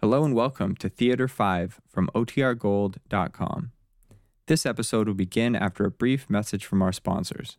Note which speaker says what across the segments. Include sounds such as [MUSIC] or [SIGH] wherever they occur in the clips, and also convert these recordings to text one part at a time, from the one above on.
Speaker 1: Hello and welcome to Theater 5 from OTRGold.com. This episode will begin after a brief message from our sponsors.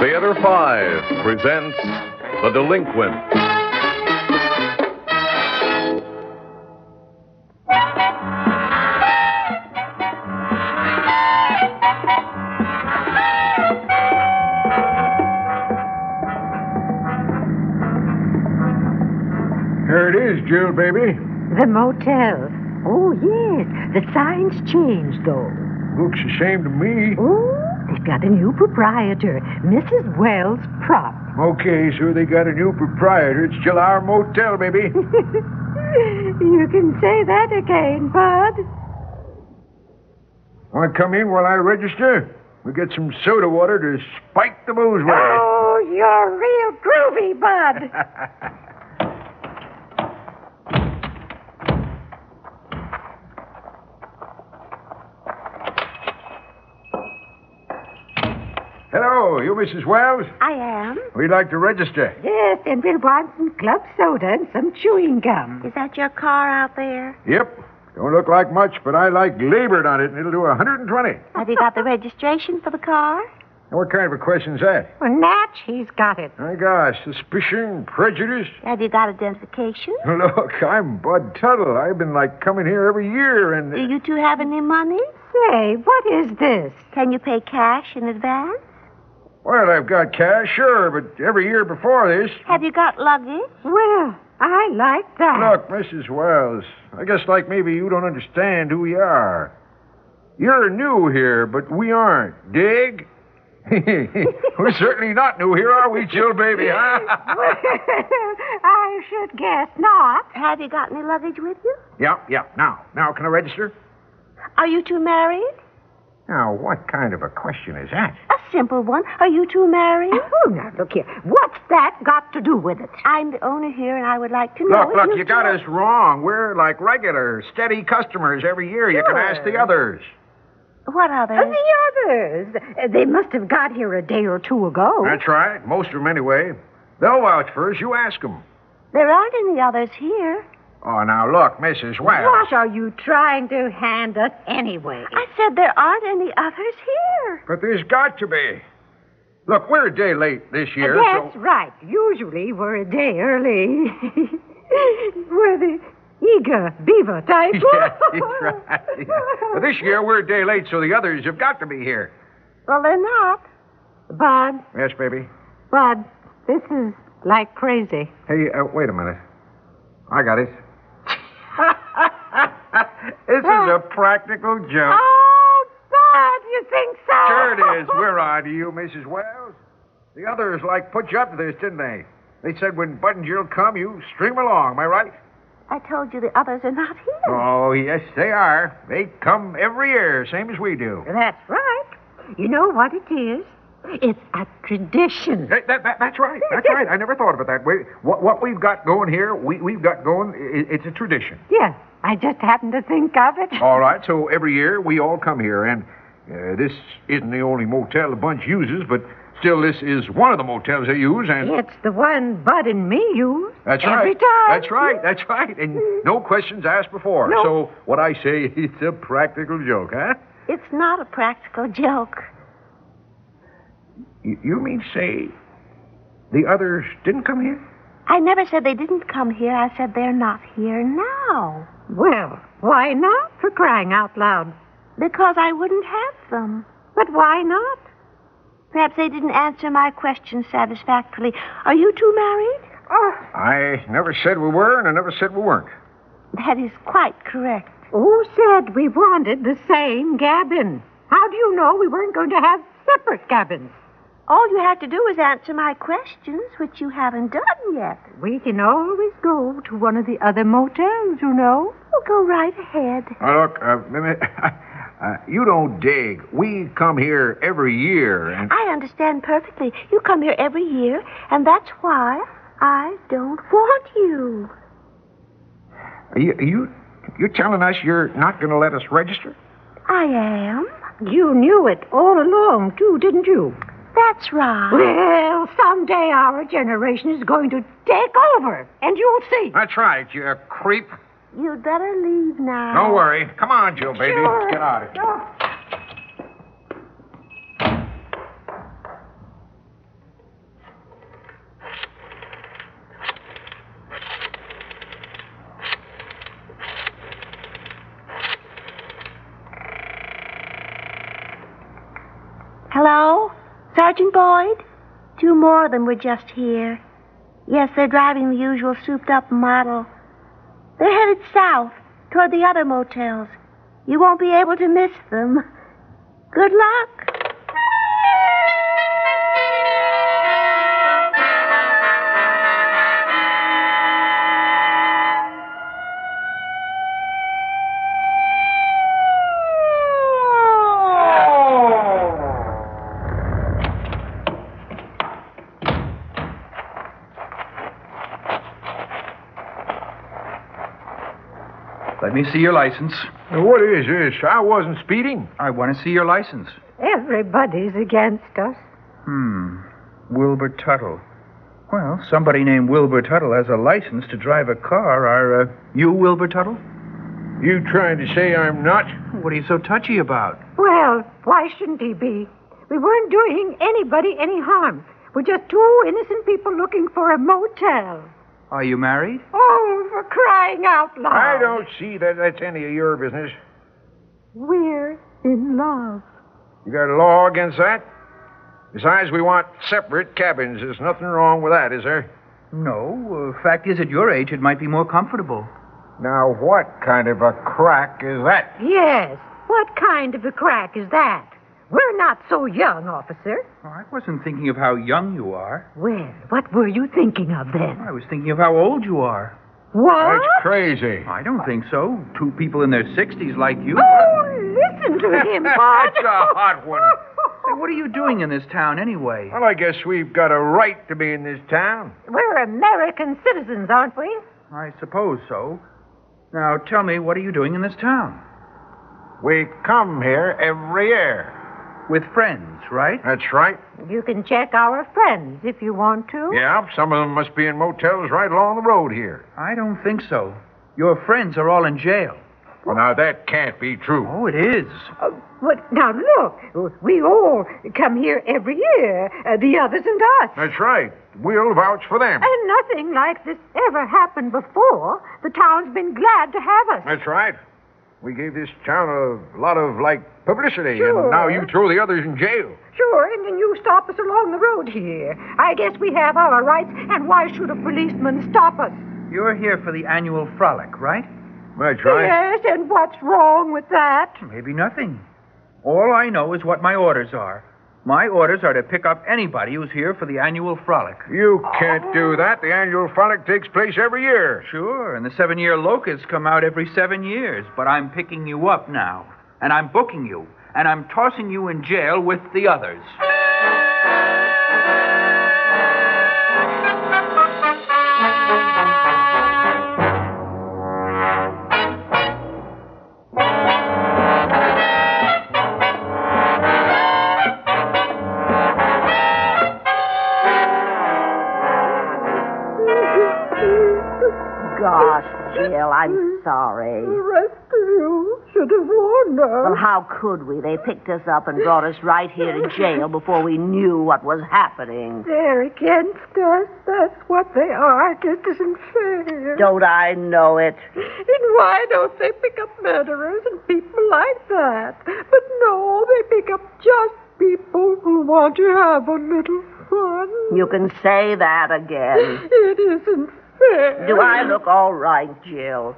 Speaker 2: Theater 5 presents The Delinquent.
Speaker 3: Here it is, Jill, baby.
Speaker 4: The motel. Oh, yes. The sign's changed, though.
Speaker 3: Looks the same to me.
Speaker 4: Oh, they've got a new proprietor, Mrs. Wells Prop.
Speaker 3: Okay, so they got a new proprietor. It's still our motel, baby.
Speaker 4: you can say that again, Bud.
Speaker 3: Want to come in while I register? We get some soda water to spike the booze with.
Speaker 4: Oh, you're real groovy, Bud.
Speaker 3: Hello, you Mrs. Wells?
Speaker 4: I am.
Speaker 3: We'd like to register.
Speaker 4: Yes, and we'll want some club soda and some chewing gum.
Speaker 5: Is that your car out there?
Speaker 3: Yep. Don't look like much, but I like labored on it, and it'll do 120.
Speaker 5: Have you got the registration for the car?
Speaker 3: Now, what kind of a question's that?
Speaker 4: Well, Natch, he's got it.
Speaker 3: My gosh, suspicion, prejudice. [LAUGHS]
Speaker 5: Have you got identification?
Speaker 3: Look, I'm Bud Tuttle. I've been like coming here every year, and
Speaker 5: Do you two have any money?
Speaker 4: Say, what is this?
Speaker 5: Can you pay cash in advance?
Speaker 3: well, I've got cash, sure, but every year before this,
Speaker 5: Have you got luggage?
Speaker 4: Well, I like that.
Speaker 3: Look, Mrs. Wells, I guess like maybe you don't understand who we are. You're new here, but we aren't. Dig? [LAUGHS] We're certainly not new here, are we, Jill baby? Huh?
Speaker 4: [LAUGHS]
Speaker 3: [LAUGHS]
Speaker 4: I should guess not.
Speaker 5: Have you got any luggage with you?
Speaker 3: yeah, yeah. Now, now, can I register?
Speaker 5: Are you two married?
Speaker 3: Now, what kind of a question is that?
Speaker 5: A simple one. Are you two married?
Speaker 4: Oh, now, look here. What's that got to do with it?
Speaker 5: I'm the owner here, and I would like to know.
Speaker 3: Look,
Speaker 5: if
Speaker 3: look,
Speaker 5: you,
Speaker 3: you got
Speaker 5: two-
Speaker 3: us wrong. We're like regular, steady customers every year. You can ask the others.
Speaker 5: What others?
Speaker 4: Uh, The others. Uh, They must have got here a day or two ago.
Speaker 3: That's right. Most of them, anyway. They'll vouch for us. You ask them.
Speaker 5: There aren't any others here.
Speaker 3: Oh, now, look, Mrs. Wells.
Speaker 4: What are you trying to hand us anyway?
Speaker 5: I said there aren't any others here.
Speaker 3: But there's got to be. Look, we're a day late this year,
Speaker 4: That's
Speaker 3: so.
Speaker 4: right. Usually we're a day early. [LAUGHS] we're the eager beaver type.
Speaker 3: [LAUGHS] Yeah, that's right. But
Speaker 4: [LAUGHS]
Speaker 3: this year we're a day late, so the others have got to be here.
Speaker 5: Well, they're not.
Speaker 4: Bud,
Speaker 3: Yes, baby.
Speaker 4: Bud, this is like crazy.
Speaker 3: Hey, uh, wait a minute. I got it. [LAUGHS] this is a practical joke. [LAUGHS]
Speaker 4: Oh, Bud, you think so?
Speaker 3: Uh, Sure it is.
Speaker 4: [LAUGHS]
Speaker 3: We're on to you, Mrs. Wells. The others, like, put you up to this, didn't they? They said when Bud and Jill come, you stream along. Am I right?
Speaker 5: I told you the others are not here.
Speaker 3: Oh, yes, they are. They come every year, same as we do.
Speaker 4: That's right. You know what it is? It's a tradition.
Speaker 3: Hey, that, that, that's right. [LAUGHS] That's right. I never thought of it that way. What, what we've got going here, we, we've got going, i it's a tradition.
Speaker 4: Yes, I just happened to think of it.
Speaker 3: All right, so every year we all come here, and uh, this isn't the only motel the bunch uses, but still, this is one of the motels they use, and
Speaker 4: It's the one Bud and me use.
Speaker 3: that's
Speaker 4: every
Speaker 3: right.
Speaker 4: time.
Speaker 3: That's right. That's right. And
Speaker 4: [LAUGHS]
Speaker 3: no questions asked before.
Speaker 4: No.
Speaker 3: So what I say, [LAUGHS] it's a practical joke, huh?
Speaker 5: It's not a practical joke.
Speaker 3: You, you mean say the others didn't come here?
Speaker 5: I never said they didn't come here. I said they're not here now.
Speaker 4: Well, why not? For crying out loud.
Speaker 5: Because I wouldn't have them.
Speaker 4: But why not?
Speaker 5: Perhaps they didn't answer my question satisfactorily. Are you two married?
Speaker 3: I never said we were, and I never said we weren't.
Speaker 5: That is quite correct.
Speaker 4: Who said we wanted the same cabin? How do you know we weren't going to have separate cabins?
Speaker 5: All you have to do is answer my questions, which you haven't done yet.
Speaker 4: We can always go to one of the other motels, you know.
Speaker 5: Well, Oh, go right ahead.
Speaker 6: Now, look, uh, Mimi, [LAUGHS] uh, you don't dig. We come here every year, and
Speaker 5: I understand perfectly. You come here every year, and that's why I don't want you.
Speaker 6: you, you you're telling us you're not going to let us register?
Speaker 5: I am.
Speaker 4: You knew it all along, too, didn't you?
Speaker 5: That's right.
Speaker 4: Well, someday our generation is going to take over, and you'll see.
Speaker 6: That's right, you creep.
Speaker 5: You'd better leave now.
Speaker 6: Don't worry. Come on, Joe, baby.
Speaker 4: Sure.
Speaker 6: Get out of here.
Speaker 5: Hello? Sergeant Boyd? Two more of them were just here. Yes, they're driving the usual souped up model. They're headed south, toward the other motels. You won't be able to miss them. Good luck.
Speaker 3: Let me see your license.
Speaker 6: Now, What is this? I wasn't speeding.
Speaker 3: I want to see your license.
Speaker 4: Everybody's against us.
Speaker 3: Hmm. Wilbur Tuttle. Well, somebody named Wilbur Tuttle has a license to drive a car. Are uh, you Wilbur Tuttle?
Speaker 6: You trying to say I'm not?
Speaker 3: What are you so touchy about?
Speaker 4: Well, why shouldn't he be? We weren't doing anybody any harm. We're just two innocent people looking for a motel.
Speaker 3: Are you married?
Speaker 4: Oh, for crying out loud.
Speaker 6: I
Speaker 3: Um,
Speaker 6: don't see that that's any of your business.
Speaker 4: We're in love.
Speaker 6: You got a law against that? Besides, we want separate cabins. There's nothing wrong with that, is there?
Speaker 3: No. Uh, fact is, at your age, it might be more comfortable.
Speaker 6: Now, what kind of a crack is that?
Speaker 4: Yes. What kind of a crack is that? We're not so young, officer.
Speaker 3: Oh, I wasn't thinking of how young you are.
Speaker 4: Well, what were you thinking of then?
Speaker 3: I was thinking of how old you are.
Speaker 4: What?
Speaker 6: That's crazy.
Speaker 3: I don't think so. Two people in their 60s like you.
Speaker 6: Ah!
Speaker 4: Oh, listen to
Speaker 6: [LAUGHS]
Speaker 4: him, Bud. [LAUGHS]
Speaker 6: That's a hot one.
Speaker 3: Say, what are you doing in this town anyway?
Speaker 6: Well, I guess we've got a right to be in this town.
Speaker 4: We're American citizens, aren't we?
Speaker 3: I suppose so. Now tell me, what are you doing in this town?
Speaker 6: We come here every year.
Speaker 3: With friends, right?
Speaker 6: That's right.
Speaker 4: You can check our friends if you want to.
Speaker 6: Yeah, some of them must be in motels right along the road here.
Speaker 3: I don't think so. Your friends are all in jail.
Speaker 6: Well, now that can't be true.
Speaker 3: Oh, it is.
Speaker 4: Uh, but now look, we all come here every year, uh, the others and us.
Speaker 6: That's right. We'll vouch for them.
Speaker 4: And nothing like this ever happened before. The town's been glad to have us.
Speaker 6: That's right. We gave this town a lot of, like, publicity,
Speaker 4: Sure.
Speaker 6: and now you throw the others in jail.
Speaker 4: Sure, and then you stop us along the road here. I guess we have our rights, and why should a policeman stop us?
Speaker 3: You're here for the annual frolic, right?
Speaker 6: That's right.
Speaker 4: Yes, and what's wrong with that?
Speaker 3: Maybe nothing. All I know is what my orders are. My orders are to pick up anybody who's here for the annual frolic.
Speaker 6: You can't do that. The annual frolic takes place every year.
Speaker 3: Sure, and the seven year locusts come out every seven years, but I'm picking you up now, and I'm booking you, and I'm tossing you in jail with the others.
Speaker 7: Gosh, Jill, I'm sorry.
Speaker 4: The rest of you should have warned
Speaker 7: Well,
Speaker 4: us.
Speaker 7: how could we? They picked us up and brought us right here to jail before we knew what was happening.
Speaker 4: They're against us. That's what they are. It just isn't fair.
Speaker 7: Don't I know it?
Speaker 4: And why don't they pick up murderers and people like that? But no, they pick up just people who want to have a little fun.
Speaker 7: You can say that again.
Speaker 4: It isn't fair.
Speaker 7: Do I look all right, Jill?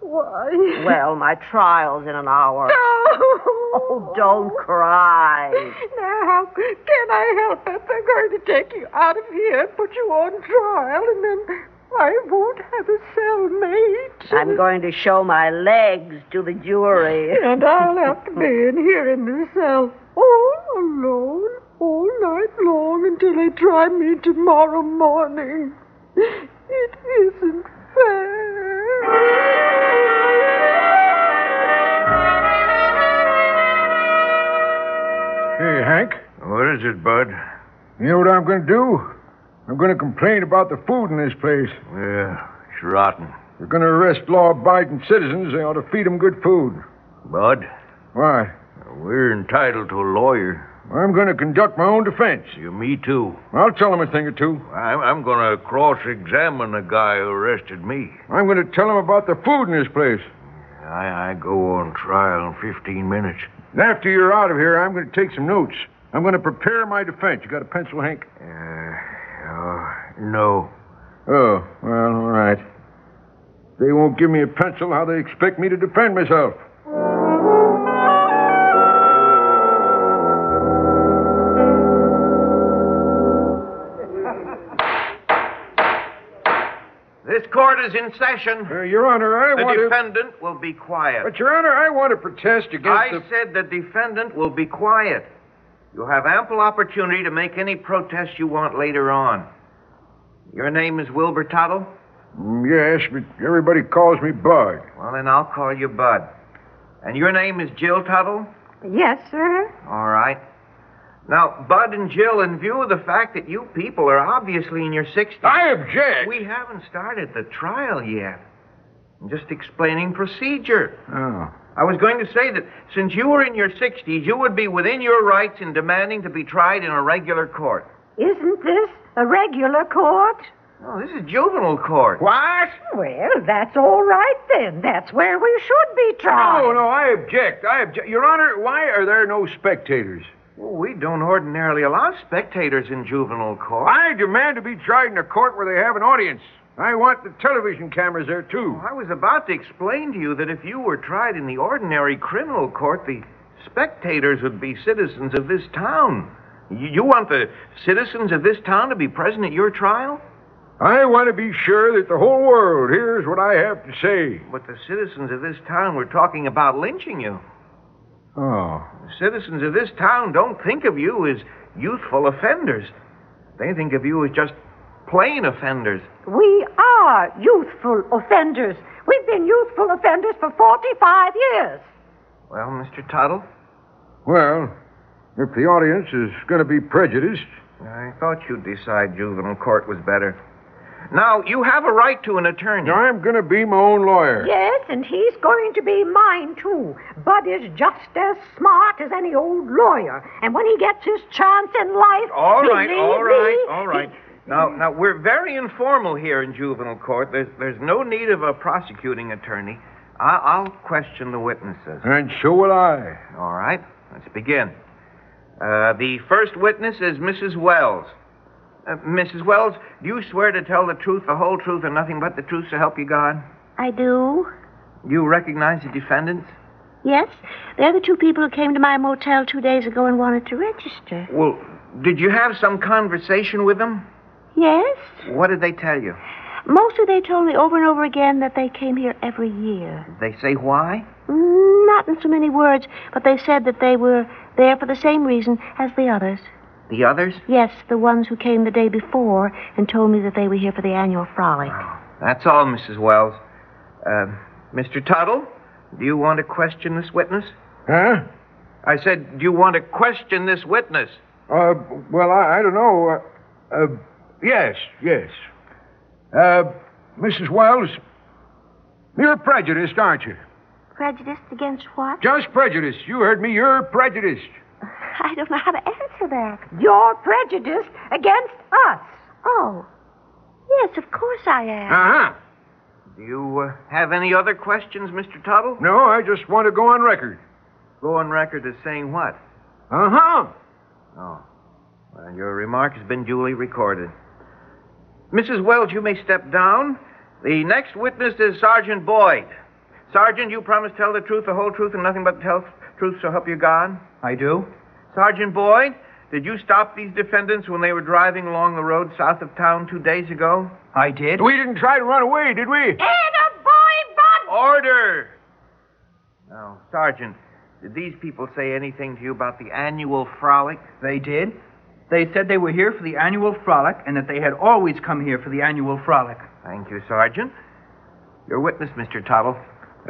Speaker 4: Why?
Speaker 7: Well, my trial's in an hour.
Speaker 4: Oh,
Speaker 7: Oh, don't cry.
Speaker 4: Now, how can I help it? They're going to take you out of here and put you on trial, and then I won't have a cellmate.
Speaker 7: I'm going to show my legs to the jury.
Speaker 4: And I'll have to be in here in this cell all alone, all night long until they try me tomorrow morning. It isn't fair.
Speaker 6: Hey, Hank.
Speaker 8: What is it, Bud?
Speaker 6: You know what I'm going to do? I'm going to complain about the food in this place.
Speaker 8: Yeah, it's rotten.
Speaker 6: If you're going to arrest law abiding citizens, they ought to feed 'em good food.
Speaker 8: Bud,
Speaker 6: Why?
Speaker 8: we're entitled to a lawyer.
Speaker 6: I'm going to conduct my own defense.
Speaker 8: You, me too.
Speaker 6: I'll tell 'em a thing or two.
Speaker 8: I'm, I'm going to cross examine the guy who arrested me.
Speaker 6: I'm going to tell 'em about the food in this place.
Speaker 8: I, I go on trial in 15 minutes.
Speaker 6: And after you're out of here, I'm going to take some notes. I'm going to prepare my defense. You got a pencil, Hank?
Speaker 8: Uh, oh, no.
Speaker 6: Oh, well, all right. If They won't give me a pencil. How they expect me to defend myself?
Speaker 3: This court is in session.
Speaker 6: Uh, Your Honor, I
Speaker 3: The
Speaker 6: want to.
Speaker 3: defendant will be quiet.
Speaker 6: But Your Honor, I want to protest against.
Speaker 3: I
Speaker 6: the...
Speaker 3: said the defendant will be quiet. You'll have ample opportunity to make any protest you want later on. Your name is Wilbur Tuttle?
Speaker 6: Mm, Yes, but everybody calls me Bud.
Speaker 3: Well, then I'll call you Bud. And your name is Jill Tuttle?
Speaker 4: Yes, sir.
Speaker 3: All right. Now, Bud and Jill, in view of the fact that you people are obviously in your 60s.
Speaker 6: I object.
Speaker 3: We haven't started the trial yet. I'm just explaining procedure.
Speaker 6: Oh.
Speaker 3: I was going to say that since you were in your 60s, you would be within your rights in demanding to be tried in a regular court.
Speaker 4: Isn't this a regular court?
Speaker 3: No, Oh, this is juvenile court.
Speaker 6: What?
Speaker 4: Well, that's all right then. That's where we should be
Speaker 3: Oh,
Speaker 4: tried.
Speaker 6: Oh, No, no, I object. I object. Your Honor, why are there no spectators?
Speaker 3: Well, we don't ordinarily allow spectators in juvenile court.
Speaker 6: I demand to be tried in a court where they have an audience. I want the television cameras there, too.
Speaker 3: I was about to explain to you that if you were tried in the ordinary criminal court, the spectators would be citizens of this town. You, you want the citizens of this town to be present at your trial?
Speaker 6: I want to be sure that the whole world hears what I have to say.
Speaker 3: But the citizens of this town were talking about lynching you.
Speaker 6: Oh.
Speaker 3: The citizens of this town don't think of you as youthful offenders. They think of you as just plain offenders.
Speaker 4: We are youthful offenders. We've been youthful offenders for 45 years.
Speaker 3: Well, Mr. Tuttle,
Speaker 6: Well, if the audience is going to be prejudiced,
Speaker 3: I thought you'd decide juvenile court was better. Now, you have a right to an attorney.
Speaker 6: I'm going to be my own lawyer.
Speaker 4: Yes, and he's going to be mine, too. Bud is just as smart as any old lawyer. And when he gets his chance in life.
Speaker 3: All
Speaker 4: [LAUGHS]
Speaker 3: right,
Speaker 4: believe
Speaker 3: all right,
Speaker 4: me,
Speaker 3: all right. Now, now we're very informal here in juvenile court. There's, there's no need of a prosecuting attorney. I, I'll question the witnesses.
Speaker 6: And so will I.
Speaker 3: All right, let's begin. Uh, the first witness is Mrs. Wells. Uh, Mrs. Wells, do you swear to tell the truth, the whole truth, and nothing but the truth so help you God?
Speaker 5: I do.
Speaker 3: You recognize the defendants?
Speaker 5: Yes? They're the two people who came to my motel two days ago and wanted to register.
Speaker 3: Well, did you have some conversation with them?
Speaker 5: Yes?
Speaker 3: What did they tell you?
Speaker 5: Mostly they told me over and over again that they came here every year.
Speaker 3: Did they say why?
Speaker 5: Mm, Not in so many words, but they said that they were there for the same reason as the others.
Speaker 3: The others?
Speaker 5: Yes, the ones who came the day before and told me that they were here for the annual frolic.
Speaker 3: That's all, Mrs. Wells. Uh, Mr. Tuttle, do you want to question this witness?
Speaker 6: Huh?
Speaker 3: I said, do you want to question this witness?
Speaker 6: Uh, well, I, I don't know. Uh, uh, yes, yes. Uh, Mrs. Wells, you're prejudiced, aren't you?
Speaker 5: Prejudiced against what?
Speaker 6: Just prejudiced. You heard me. You're prejudiced.
Speaker 5: I don't know how to answer that.
Speaker 4: You're prejudiced against us.
Speaker 5: Oh. Yes, of course I am.
Speaker 6: Uh huh.
Speaker 3: Do you uh, have any other questions, Mr. Tuttle?
Speaker 6: No, I just want to go on record.
Speaker 3: Go on record as saying what?
Speaker 6: Uh huh.
Speaker 3: Oh. Well, your remark has been duly recorded. Mrs. Wells, you may step down. The next witness is Sergeant Boyd. Sergeant, you promise to tell the truth, the whole truth, and nothing but the tell- truth, so help you God?
Speaker 9: I do?
Speaker 3: Sergeant Boyd, did you stop these defendants when they were driving along the road south of town two days ago?
Speaker 9: I did.
Speaker 6: We didn't try to run away, did we?
Speaker 3: Order! Now, Sergeant, did these people say anything to you about the annual frolic?
Speaker 9: They did. They said they were here for the annual frolic and that they had always come here for the annual frolic.
Speaker 3: Thank you, Sergeant. Your witness, Mr. Tuttle.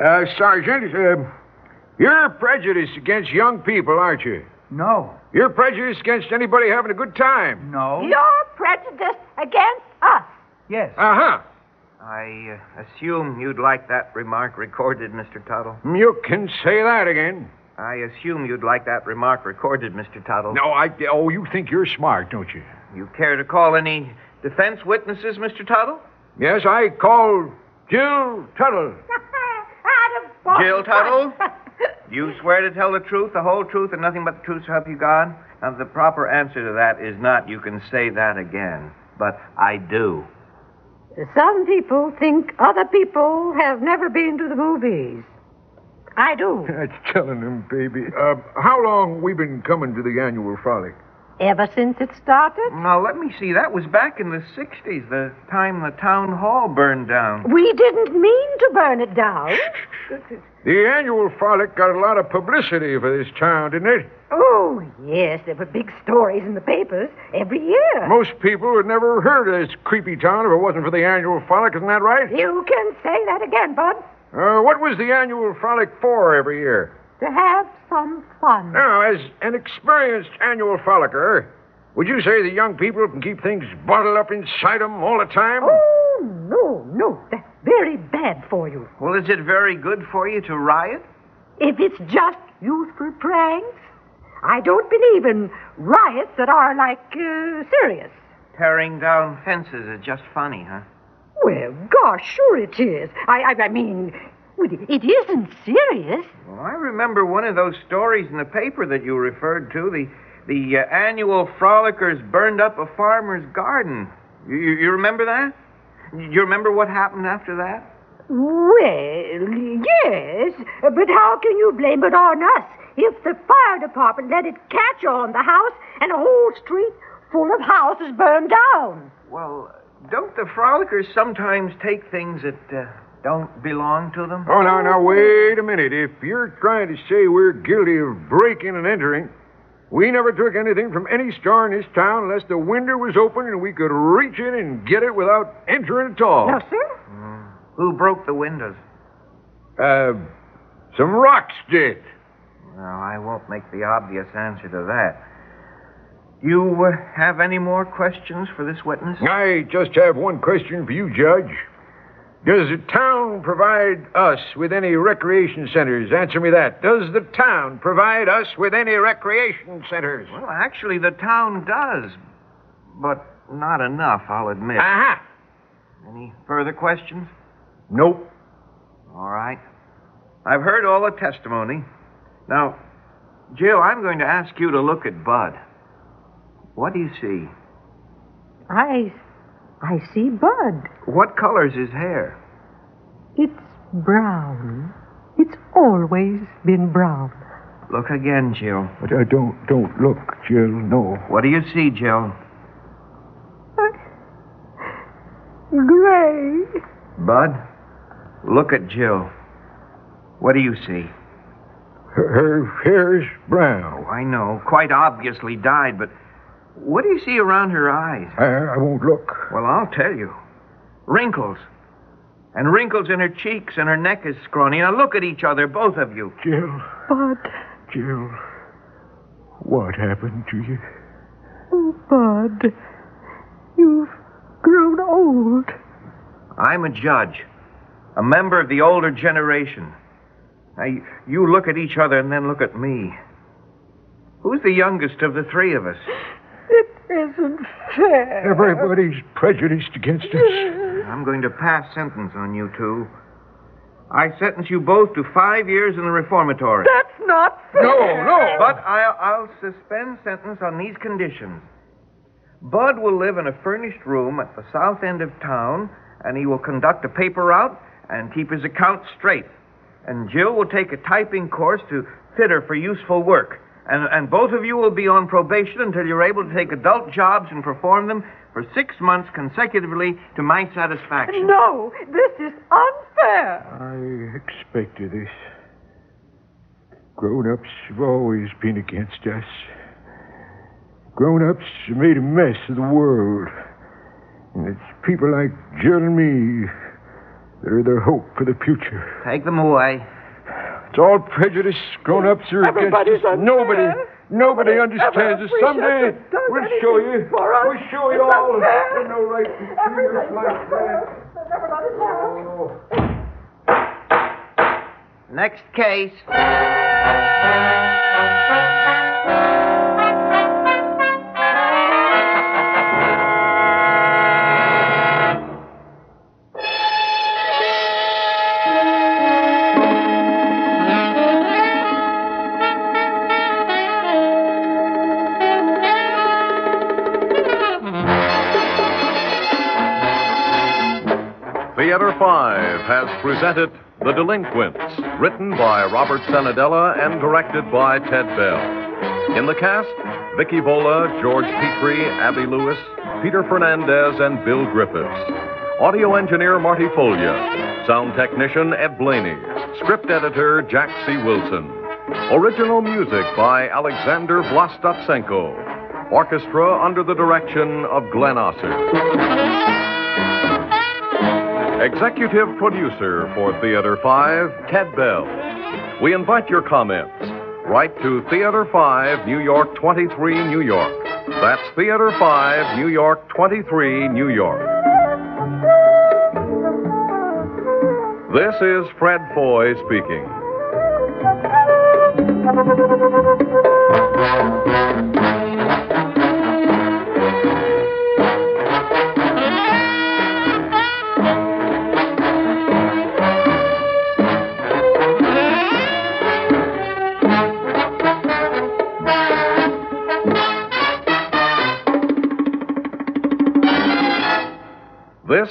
Speaker 6: Uh, Sergeant, uh, you're prejudiced against young people, aren't you?
Speaker 9: No.
Speaker 6: You're prejudiced against anybody having a good time.
Speaker 9: No.
Speaker 10: You're prejudiced against us.
Speaker 9: Yes.
Speaker 6: Uh huh.
Speaker 3: I uh, assume you'd like that remark recorded, Mr. Tuttle.
Speaker 6: You can say that again.
Speaker 3: I assume you'd like that remark recorded, Mr. Tuttle.
Speaker 6: No, I. Oh, you think you're smart, don't you?
Speaker 3: You care to call any defense witnesses, Mr. Tuttle?
Speaker 6: Yes, I called Jill Tuttle.
Speaker 10: [LAUGHS] Out of both
Speaker 4: [LAUGHS]
Speaker 3: Jill Tuttle?
Speaker 10: sides.
Speaker 3: Do you swear to tell the truth, the whole truth, and nothing but the truth, so help you God? Now, the proper answer to that is not you can say that again, but I do.
Speaker 4: Some people think other people have never been to the movies. I do.
Speaker 10: [LAUGHS]
Speaker 6: That's telling him, baby. Uh, how long we been coming to the annual frolic?
Speaker 4: Ever since it started,
Speaker 3: Now, let me see. That was back in the 60s, the time the town hall burned down.
Speaker 4: we didn't mean to burn
Speaker 10: [LAUGHS]
Speaker 4: it down.
Speaker 6: The annual frolic got a lot of publicity for this town, didn't it?
Speaker 4: Oh, yes, there were big stories in the papers every year.
Speaker 6: Most people had never heard of this creepy town if it wasn't for the annual frolic, isn't that right?
Speaker 4: You can say that again, Bud.
Speaker 6: Uh, what was the annual frolic for every year?
Speaker 4: To have some fun.
Speaker 6: Now, as an experienced annual frolicker, would you say the young people can keep things bottled up inside 'em all the time?
Speaker 4: Oh, no, no. That's very bad for you.
Speaker 3: Well, is it very good for you to riot?
Speaker 4: If it's just youthful pranks, I don't believe in riots that are, like, uh, serious.
Speaker 3: Tearing down fences is just funny, huh?
Speaker 4: Well, gosh, sure it is. I, I, I mean, well, it isn't serious.
Speaker 3: Well, I remember one of those stories in the paper that you referred to. The the uh, annual frolickers burned up a farmer's garden. You, you you remember that? You remember what happened after that?
Speaker 4: Well, yes, but how can you blame it on us if the fire department let it catch on the house and a whole street full of houses burned down?
Speaker 3: Well, don't the frolickers sometimes take things that uh, don't belong to them?
Speaker 6: Oh, now, now, wait a minute. If you're trying to say we're guilty of breaking and entering, we never took anything from any store in this town unless the window was open and we could reach in and get it without entering at all.
Speaker 4: Now, sir,
Speaker 3: Who broke the windows?
Speaker 6: Uh, some rocks did.
Speaker 3: No, I won't make the obvious answer to that. You uh, have any more questions for this witness?
Speaker 6: I just have one question for you, Judge. Does the town provide us with any recreation centers? Answer me that. Does the town provide us with any recreation centers?
Speaker 3: Well, actually, the town does, but not enough, I'll admit.
Speaker 6: Aha!
Speaker 3: Any further questions?
Speaker 6: Nope.
Speaker 3: All right. I've heard all the testimony. Now, Jill, I'm going to ask you to look at Bud. What do you see?
Speaker 4: I, I see Bud.
Speaker 3: What color's his hair?
Speaker 4: It's brown. It's always been brown.
Speaker 3: Look again, Jill.
Speaker 6: But I don't don't look, Jill. No.
Speaker 3: What do you see, Jill?
Speaker 4: Gray.
Speaker 3: Bud, look at Jill. What do you see? Oh,
Speaker 6: Her, her hair's brown.
Speaker 3: I know, quite obviously dyed, but what do you see around her eyes?
Speaker 6: I, I won't look.
Speaker 3: Well, I'll tell you. Wrinkles. And wrinkles in her cheeks, and her neck is scrawny. Now look at each other, both of you.
Speaker 6: Jill,
Speaker 4: Bud.
Speaker 6: Jill, what happened to you?
Speaker 4: Oh, Bud. You've grown old.
Speaker 3: I'm a judge, a member of the older generation. Now, you- you look at each other and then look at me. Who's the youngest of the three of us?
Speaker 4: It isn't fair.
Speaker 6: Everybody's prejudiced against us.
Speaker 3: I'm going to pass sentence on you two. I sentence you both to five years in the reformatory.
Speaker 4: That's not fair.
Speaker 6: No, no.
Speaker 3: But I, I'll suspend sentence on these conditions. Bud will live in a furnished room at the south end of town, and he will conduct a paper route and keep his accounts straight. and Jill will take a typing course to fit her for useful work. And, and both of you will be on probation until you're able to take adult jobs and perform them for six months consecutively to my satisfaction.
Speaker 4: No, this is unfair.
Speaker 6: I expected this. Grown ups have always been against us. Grown ups have made a mess of the world. And it's people like Jill and me that are their hope for the future.
Speaker 3: Take them away.
Speaker 6: It's all prejudice. Grown ups are
Speaker 4: Everybody's
Speaker 6: against us.
Speaker 4: unfair.
Speaker 6: Nobody, nobody
Speaker 4: Nobody
Speaker 6: understands
Speaker 4: ever
Speaker 6: us. Someday
Speaker 4: appreciates us, does
Speaker 6: we'll show you.
Speaker 4: anything for us.
Speaker 6: We'll show you
Speaker 4: It's
Speaker 6: all.
Speaker 4: unfair.
Speaker 6: There's no right to treat us
Speaker 4: Everybody's
Speaker 6: like that.
Speaker 4: unfair. Everybody's unfair.
Speaker 3: Next case.
Speaker 2: Theater 5 has presented The Delinquents, written by Robert Senadella and directed by Ted Bell. In the cast, Vicky Vola, George Petrie, Abby Lewis, Peter Fernandez, and Bill Griffiths. Audio engineer Marty Folia. Sound technician Ed Blaney. Script editor Jack C. Wilson. Original music by Alexander Vlastotsenko. Orchestra under the direction of Glenn Osser. Executive producer for Theater 5, Ted Bell. We invite your comments. Write to Theater 5, New York 23, New York. That's Theater 5, New York 23, New York. This is Fred Foy speaking. This